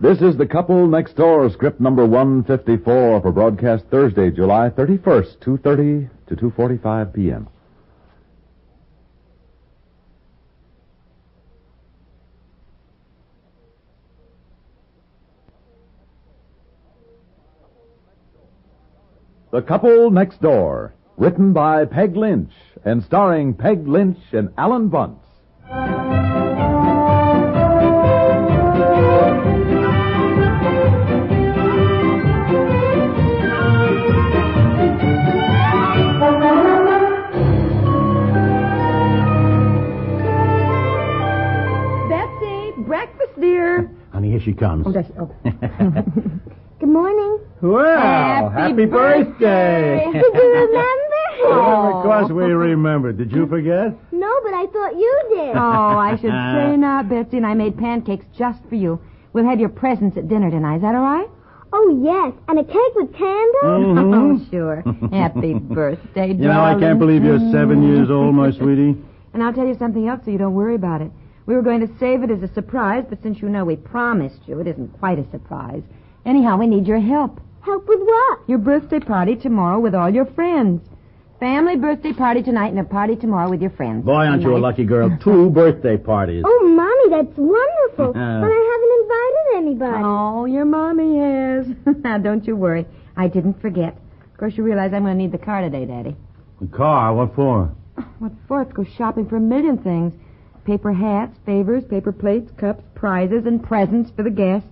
This is The Couple Next Door, script number 154 for broadcast Thursday, July 31st, 2.30 to 2.45 p.m. The Couple Next Door, written by Peg Lynch and starring Peg Lynch and Alan Bunce. Betsy, breakfast, dear. Honey, here she comes. Oh, that's, oh. Good morning. Well, Oh, Happy happy, birthday. Did you Oh, remember? Well, of course Oh, we remember. Did you forget? No, but I thought you did. Oh, I should say not, Betsy, and I made pancakes just for you. We'll have your presents at dinner tonight. Is that all right? Oh, yes. And a cake with candles? Oh, sure. Happy birthday, darling. You know, I can't believe you're mm. seven years old, my sweetie. And I'll tell you something else so you don't worry about it. We were going to save it as a surprise, but since you know we promised you, it isn't quite a surprise. Anyhow, we need your help. Help with what? Your birthday party tomorrow with all your friends. Family birthday party tonight and a party tomorrow with your friends. Boy, aren't you a lucky girl. Two birthday parties. Oh, Mommy, that's wonderful. Yeah. but I haven't invited anybody. Oh, your mommy has. now, don't you worry. I didn't forget. Of course, you realize I'm going to need the car today, Daddy. The car, what for? What for? Let's go shopping for a million things paper hats, favors, paper plates, cups, prizes, and presents for the guests.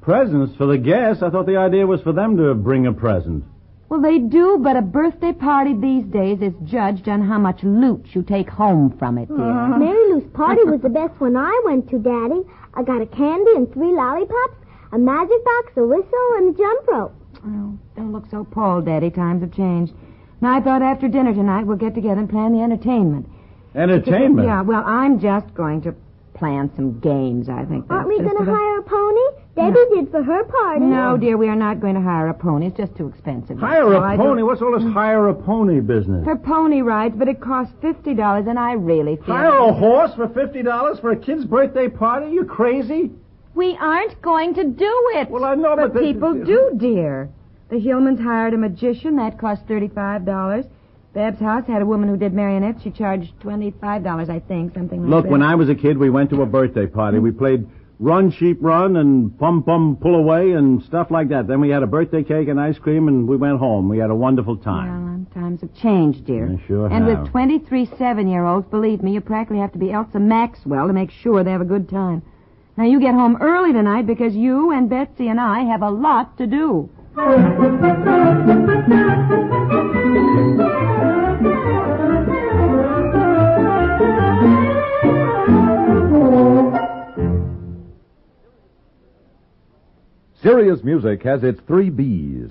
Presents for the guests. I thought the idea was for them to bring a present. Well, they do, but a birthday party these days is judged on how much loot you take home from it, dear. Mary Lou's party was the best one I went to, Daddy. I got a candy and three lollipops, a magic box, a whistle, and a jump rope. Oh, don't look so appalled, Daddy. Times have changed. Now, I thought after dinner tonight we'll get together and plan the entertainment. Entertainment. Yeah, well, I'm just going to plan some games, I think. Aren't we that's going just to about- hire a pony? Debbie did for her party. No, dear, we are not going to hire a pony. It's just too expensive. Hire So I a don't- Mm. pony. What's all this hire a pony business? For pony rides, but it costs $50, and I really feel... Hire a horse for $50 for a kid's birthday party? You crazy? We aren't going to do it. Well, I know, but... they- People do, dear. The Hillmans hired a magician. That cost $35. Bab's house had a woman who did marionettes. She charged $25, I think, something like Look, that. when I was a kid, we went to a birthday party. We played Run Sheep Run and Pum Pum Pull Away and stuff like that. Then we had a birthday cake and ice cream, and we went home. We had a wonderful time. Well, um, times have changed, dear. They sure And have. with 23 seven-year-olds, believe me, you practically have to be Elsa Maxwell to make sure they have a good time. Now, you get home early tonight because you and Betsy and I have a lot to do. Serious music has its three B's.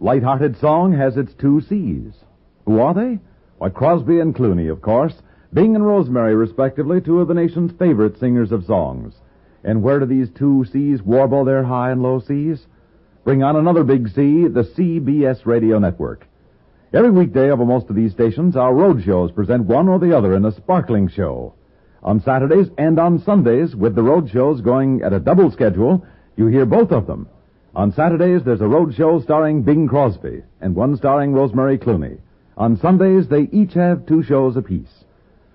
Light-hearted song has its two C's. Who are they? Why, Crosby and Clooney, of course. Bing and Rosemary, respectively, two of the nation's favorite singers of songs. And where do these two C's warble their high and low C's? Bring on another big C, the CBS Radio Network. Every weekday over most of these stations, our road shows present one or the other in a sparkling show. On Saturdays and on Sundays, with the road shows going at a double schedule, you hear both of them. On Saturdays, there's a road show starring Bing Crosby and one starring Rosemary Clooney. On Sundays, they each have two shows apiece.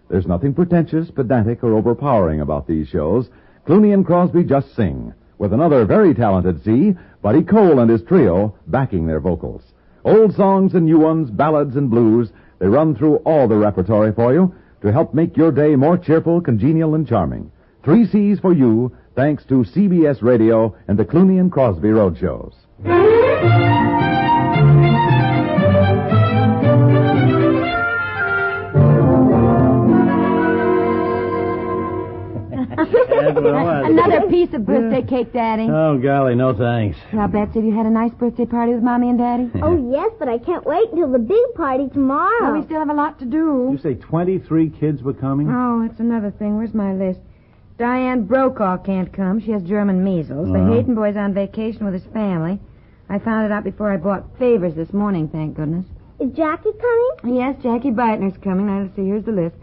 There's nothing pretentious, pedantic, or overpowering about these shows. Clooney and Crosby just sing, with another very talented C, Buddy Cole and his trio, backing their vocals. Old songs and new ones, ballads and blues, they run through all the repertory for you to help make your day more cheerful, congenial, and charming. Three C's for you, thanks to CBS Radio and the Clooney and Crosby Road Shows. That's what it was. Another piece of birthday cake, Daddy. Oh, golly, no thanks. now, Betsy, have you had a nice birthday party with Mommy and Daddy? Oh, yes, but I can't wait until the big party Well, tomorrow. Oh, we still have a lot to do. You say 23 kids were coming? Oh, that's another thing. Where's my list? Diane Brokaw can't come. She has German measles. Uh-huh. The Hayden boy's on vacation with his family. I found it out before I bought favors this morning, thank goodness. Is Jackie coming? Yes, Jackie Beitner's coming. Now, let's see. Here's the list.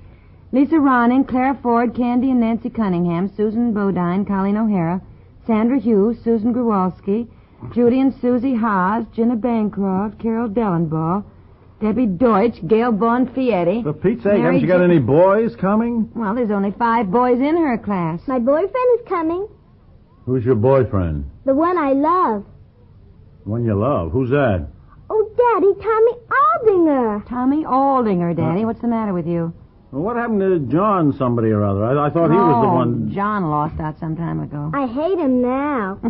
Lisa Ronning, Clara Ford, Candy and Nancy Cunningham, Susan Bodine, Colleen O'Hara, Sandra Hughes, Susan Growalski, Judy and Susie Haas, Jenna Bancroft, Carol Dellenbaugh, Debbie Deutsch, Gail Bonfietti. For Pete's sake, Mary haven't you got Jo- any boys coming? Well, there's only five boys in her class. My boyfriend is coming. Who's your boyfriend? The one I love. One you love. Who's that? Oh, Daddy, Tommy Aldinger. Tommy Aldinger, Daddy. What's the matter with you? Well, what happened to John somebody or other? I, I thought he was the Oh, one. John lost out some time ago. I hate him now.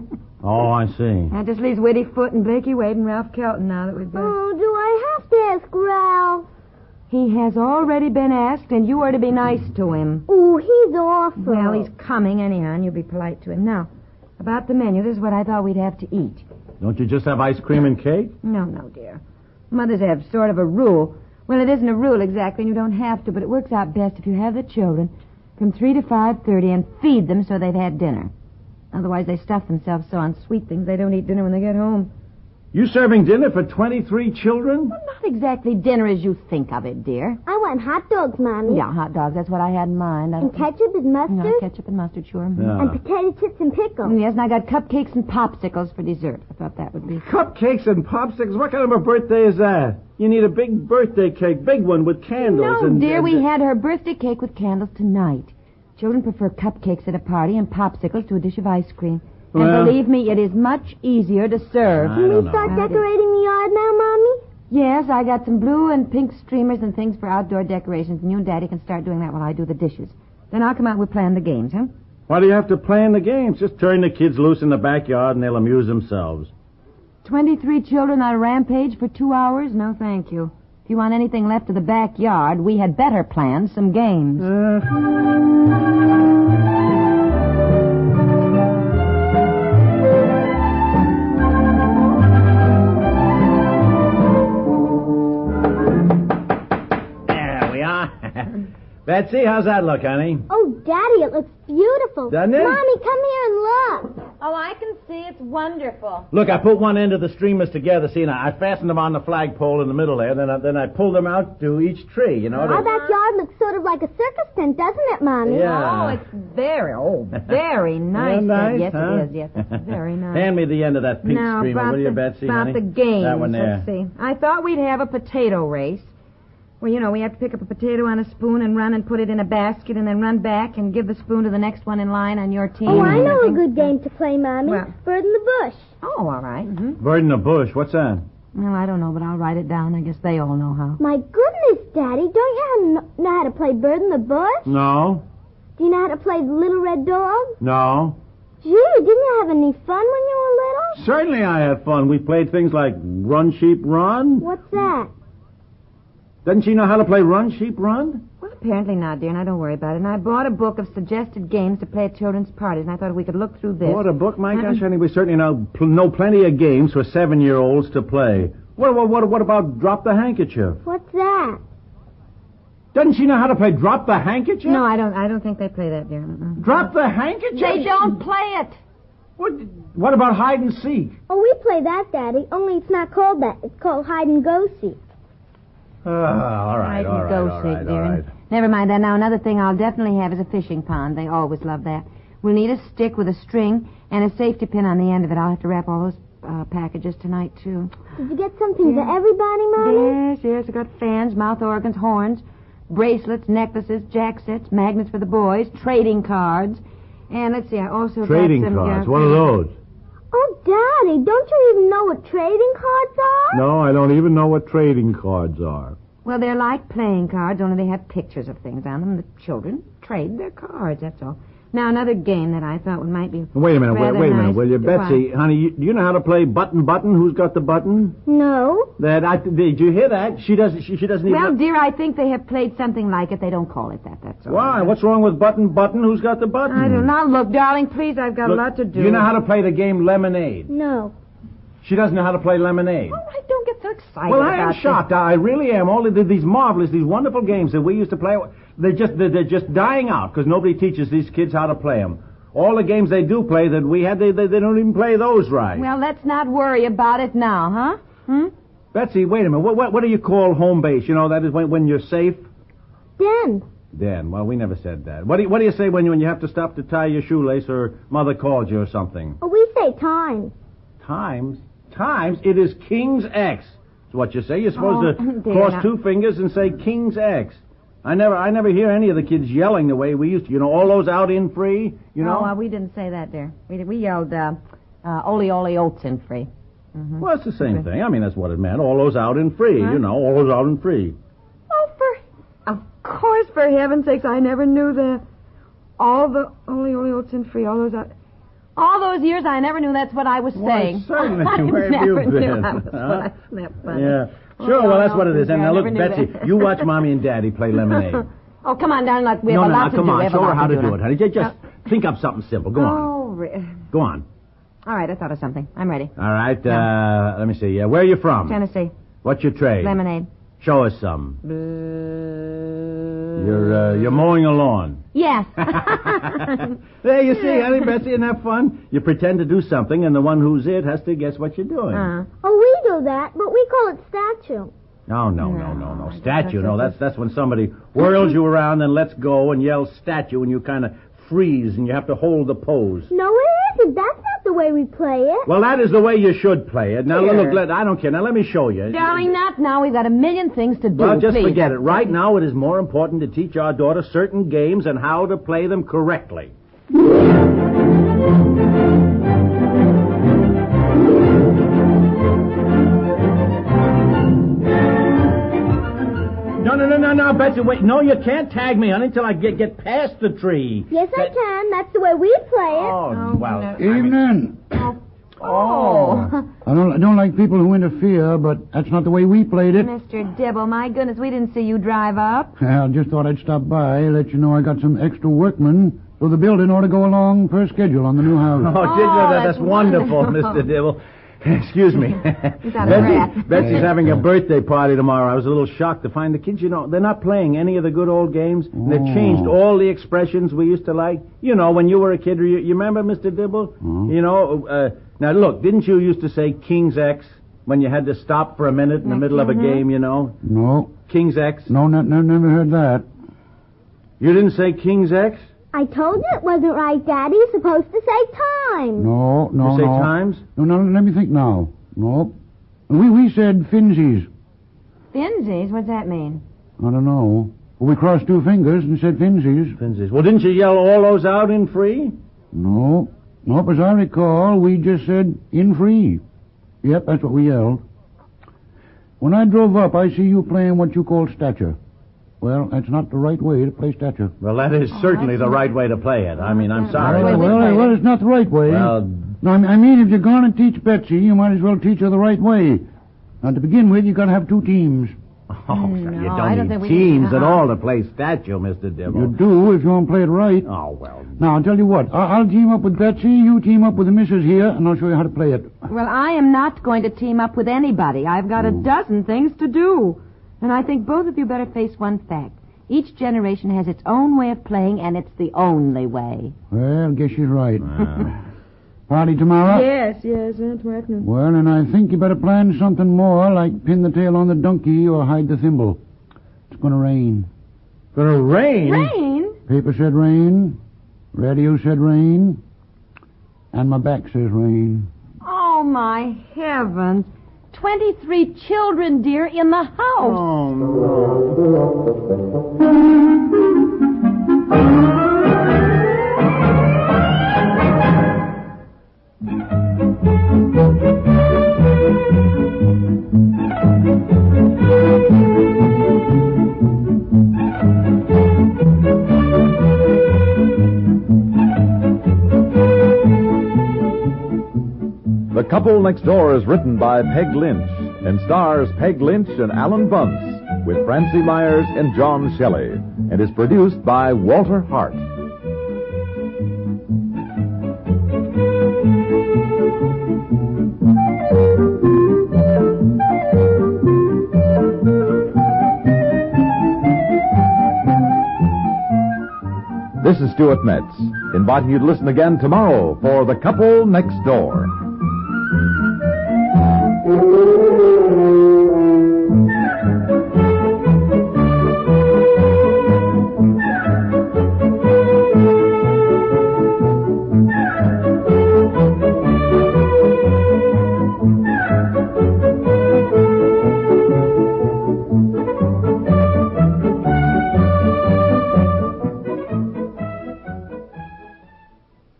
Oh, I see. That just leaves Whitty Foote and Blakey Wade and Ralph Kelton now that we've been. oh, do I have to ask Ralph? He has already been asked, and you are to be nice to him. Oh, he's awful. Well, he's coming anyhow, and you'll be polite to him. Now, about the menu, this is what I thought we'd have to eat. Don't you just have ice cream and cake? No, no, dear. Mothers have sort of a rule. Well, it isn't a rule exactly, and you don't have to, but it works out best if you have the children from three to five thirty and feed them so they've had dinner. Otherwise, they stuff themselves so on sweet things they don't eat dinner when they get home. You serving dinner for 23 children? Not exactly dinner as you think of it, dear. I want hot dogs, Mommy. Yeah, hot dogs. That's what I had in mind. I And don't- ketchup and mustard. No, ketchup and mustard, sure. mhm. Yeah. And potato chips and pickles. Yes, and I got cupcakes and popsicles for dessert. I thought that would be. Cupcakes and popsicles? What kind of a birthday is that? You need a big birthday cake, big one with candles. No, and, dear, and- we had her birthday cake with candles tonight. Children prefer cupcakes at a party and popsicles to a dish of ice cream. And Well- believe me, it is much easier to serve. I don't Can we know. start decorating the yard now, Mommy? Yes, I got some blue and pink streamers and things for outdoor decorations, and you and Daddy can start doing that while I do the dishes. Then I'll come out and we'll plan the games, huh? Why do you have to plan the games? Just turn the kids loose in the backyard and they'll amuse themselves. Twenty-three children on a rampage for two hours? No, thank you. If you want anything left of the backyard, we had better plan some games. There we are. Betsy, how's that look, honey? Oh, Daddy, it looks beautiful. Doesn't it? Mommy, come here and look. Oh, I can see. It's wonderful. Look, I put one end of the streamers together. See, and I I fastened them on the flagpole in the middle there. Then I, then I pulled them out to each tree. You know. Oh, to- Our backyard looks sort of like a circus tent, doesn't it, Mommy? yeah. Oh, it's very, oh, very nice. Isn't that nice, yes, huh? it is. Yes, it's very nice. Hand me the end of that pink now, streamer, about, will you, the, Betsy? about honey? the games. That one there. Let's see. I thought we'd have a potato race. Well, you know, we have to pick up a potato on a spoon and run and put it in a basket and then run back and give the spoon to the next one in line on your team. Oh, I know a think- good game to play, Mommy. Well. Bird in the bush. Oh, all right. Mm-hmm. Bird in the bush. What's that? Well, I don't know, but I'll write it down. I guess they all know how. My goodness, Daddy, don't you how- know how to play Bird in the Bush? No, Do you know how to play Little Red Dog? no. Gee, didn't you have any fun when you were little? Certainly, I had fun. We played things like Run Sheep Run. What's that? Doesn't she know how to play Run Sheep Run? Well, apparently not, dear, and I don't worry about it. And I bought a book of suggested games to play at children's parties, and I thought we could look through this. What a book, my gosh, honey. We certainly know pl- know plenty of games for seven-year-olds to play. What, what what what about drop the handkerchief? What's that? Doesn't she know how to play drop the handkerchief? No, I don't. I don't think they play that, dear. Mm-mm. Drop the handkerchief. They don't play it. What, what about hide and seek? Oh, we play that, Daddy, only it's not called that. It's called hide and go seek. Ah, all right, Hide all and right, go all seek, right, all dear. right. Never mind that. Now, another thing I'll definitely have is a fishing pond. They always love that. We'll need a stick with a string and a safety pin on the end of it. I'll have to wrap all those uh, packages tonight, too. Did you get something for everybody, Mommy? Yes, yes. I got fans, mouth organs, horns, bracelets, necklaces, jack sets, magnets for the boys, trading cards. And let's see, I also Trading got some... uh, cards. yeah, One of those. Oh, Daddy, don't you even know what trading cards are? No, I don't even know what trading cards are. Well, they're like playing cards, only they have pictures of things on them. The children trade their cards, that's all. Now, another game that I thought might be... Wait a minute. Wait, rather wait a minute, nice- will you, Why? Betsy? Honey, you, do you know how to play button button? Who's got the button? No. That I did you hear that? She doesn't. She, she doesn't even. Well, dear, I think they have played something like it. They don't call it that, that's all. Why? What's wrong with button button? Who's got the button? I don't know. Look, darling, please, I've got a lot to do. You know how to play the game lemonade. No. She doesn't know how to play lemonade. All right, don't get so excited Well, I about am this. shocked. I really am. All of the- these marvelous, these wonderful games that we used to play, they're just they're, they're just dying out because nobody teaches these kids how to play them. All the games they do play that we had, they they, they don't even play those right. Well, let's not worry about it now, huh? Betsy, wait a minute. What, what what do you call home base? You know that is when when you're safe. Den. Then, well, we never said that. What do you, what do you say when you when you have to stop to tie your shoelace or mother calls you or something? Oh, we say times. Times times it is King's X. It's what you say. You're supposed Oh, to dear, cross now- two fingers and say King's X. I never I never hear any of the kids yelling the way we used to. You know all those out in free. You know. No, uh, we didn't say that, dear. We, we yelled, uh, uh, Ole Ole Oats in free. Well, it's the same thing. I mean, that's what it meant. All those out in free. You know, all those out in free. Oh, for... Of course, for heaven's sakes, I never knew that. All the Ole Ole Oats in free, all those... Uh, all those years, I never knew that's what I was Why, saying. certainly. I Where have never you knew been? I was- Huh? Isn't that funny? Yeah. Oh, Sure, well, no, that's no, what it is. And I now, look, never knew Betsy, that. you watch Mommy and Daddy play lemonade. Oh, come on down. Like, we no, have no, a lot no, to come do. We on. have a Show lot her how to now. do it, honey. Just, just think up something simple. Go on. Oh, re- Go on. all right. I thought of something. I'm ready. All right, uh, let me see. Yeah, where are you from? Tennessee. What's your trade? Lemonade. Show us some. You're, uh, you're mowing a lawn. Yes. There you see, honey, Betsy, isn't that fun? You pretend to do something, and the one who's it has to guess what you're doing. Uh-huh. Oh, we do that, but we call it statue. No, no, no, no, no. Statue. No, that's that's when somebody whirls you around and lets go and yells statue, and you kind of freeze and you have to hold the pose. No, it isn't. That's not the way we play it. Well, that is the way you should play it. Now, look, let, I don't care. Now, let me show you. Darling, not now. We've got a million things to do. Well, just please. forget it. Right now, it is more important to teach our daughter certain games and how to play them correctly. No, no, no, no, no, Betsy, wait. No, you can't tag me, honey, until I get, get past the tree. Yes, I can. That's the way we play it. Oh, well. Evening. Oh. I don't, I don't like people who interfere, but that's not the way we played it. Mr. Dibble, my goodness, we didn't see you drive up. I just thought I'd stop by, let you know I got some extra workmen for the building order to go along per schedule on the new Oh, house. did you know that? That's that's wonderful, Mr. Dibble. Excuse me. out of Betsy, breath. Betsy's having a birthday party tomorrow. I was a little shocked to find the kids, you know, they're not playing any of the good old games. and Mm. They've changed all the expressions we used to like. You know, when you were a kid, you, you remember, Mr. Dibble? Mm-hmm. You know, uh, now look, didn't you used to say King's X when you had to stop for a minute in the middle Mm-hmm. of a game, you know? No, King's X. no, no, no, never heard that. You didn't say King's X? I told you it wasn't right, Daddy. You're supposed to say times. No, no, you say no. times? No, no, let me think now. No. We, we said finzies. Finzies? What's that mean? I don't know. We crossed two fingers and said finzies. Finzies. Well, didn't you yell all those out in free? No, nope, as I recall, we just said in free. Yep, that's what we yelled. When I drove up, I see you playing what you call stature. Well, that's not the right way to play stature. Well, that Oh, is certainly the right way to play it. I mean, I'm sorry. well, we well, played well, it. it's Oh, not the right way. Well- no, I mean- I mean, if you're going to teach Betsy, you might as well teach her the right way. Now, to begin with, you've got to have two teams. Oh, so you don't Hmm, I need don't think we need- teams at uh-uh. all to play statue, Mr. Dibble. You do if you want to play it right. Oh, well. Now, I'll tell you what. I- I'll team up with Betsy, you team up with the missus here, and I'll show you how to play it. Well, I am not going to team up with anybody. I've got a dozen things to do. And I think both of you better face one fact. Each generation has its own way of playing, and it's the only way. Well, guess she's right. Party tomorrow? Yes, yes, that's right. Well, and I think you better plan something more, like pin the tail on the donkey or hide the thimble. It's going to rain. Gonna rain? Rain? Paper said rain. Radio said rain. And my back says rain. Oh, Oh, my heavens. 23 children, dear, in the house. Oh, no. The Couple Next Door is written by Peg Lynch and stars Peg Lynch and Alan Bunce with Francie Myers and John Shelley and is produced by Walter Hart. This is Stuart Metz, inviting you to listen again tomorrow for The Couple Next Door.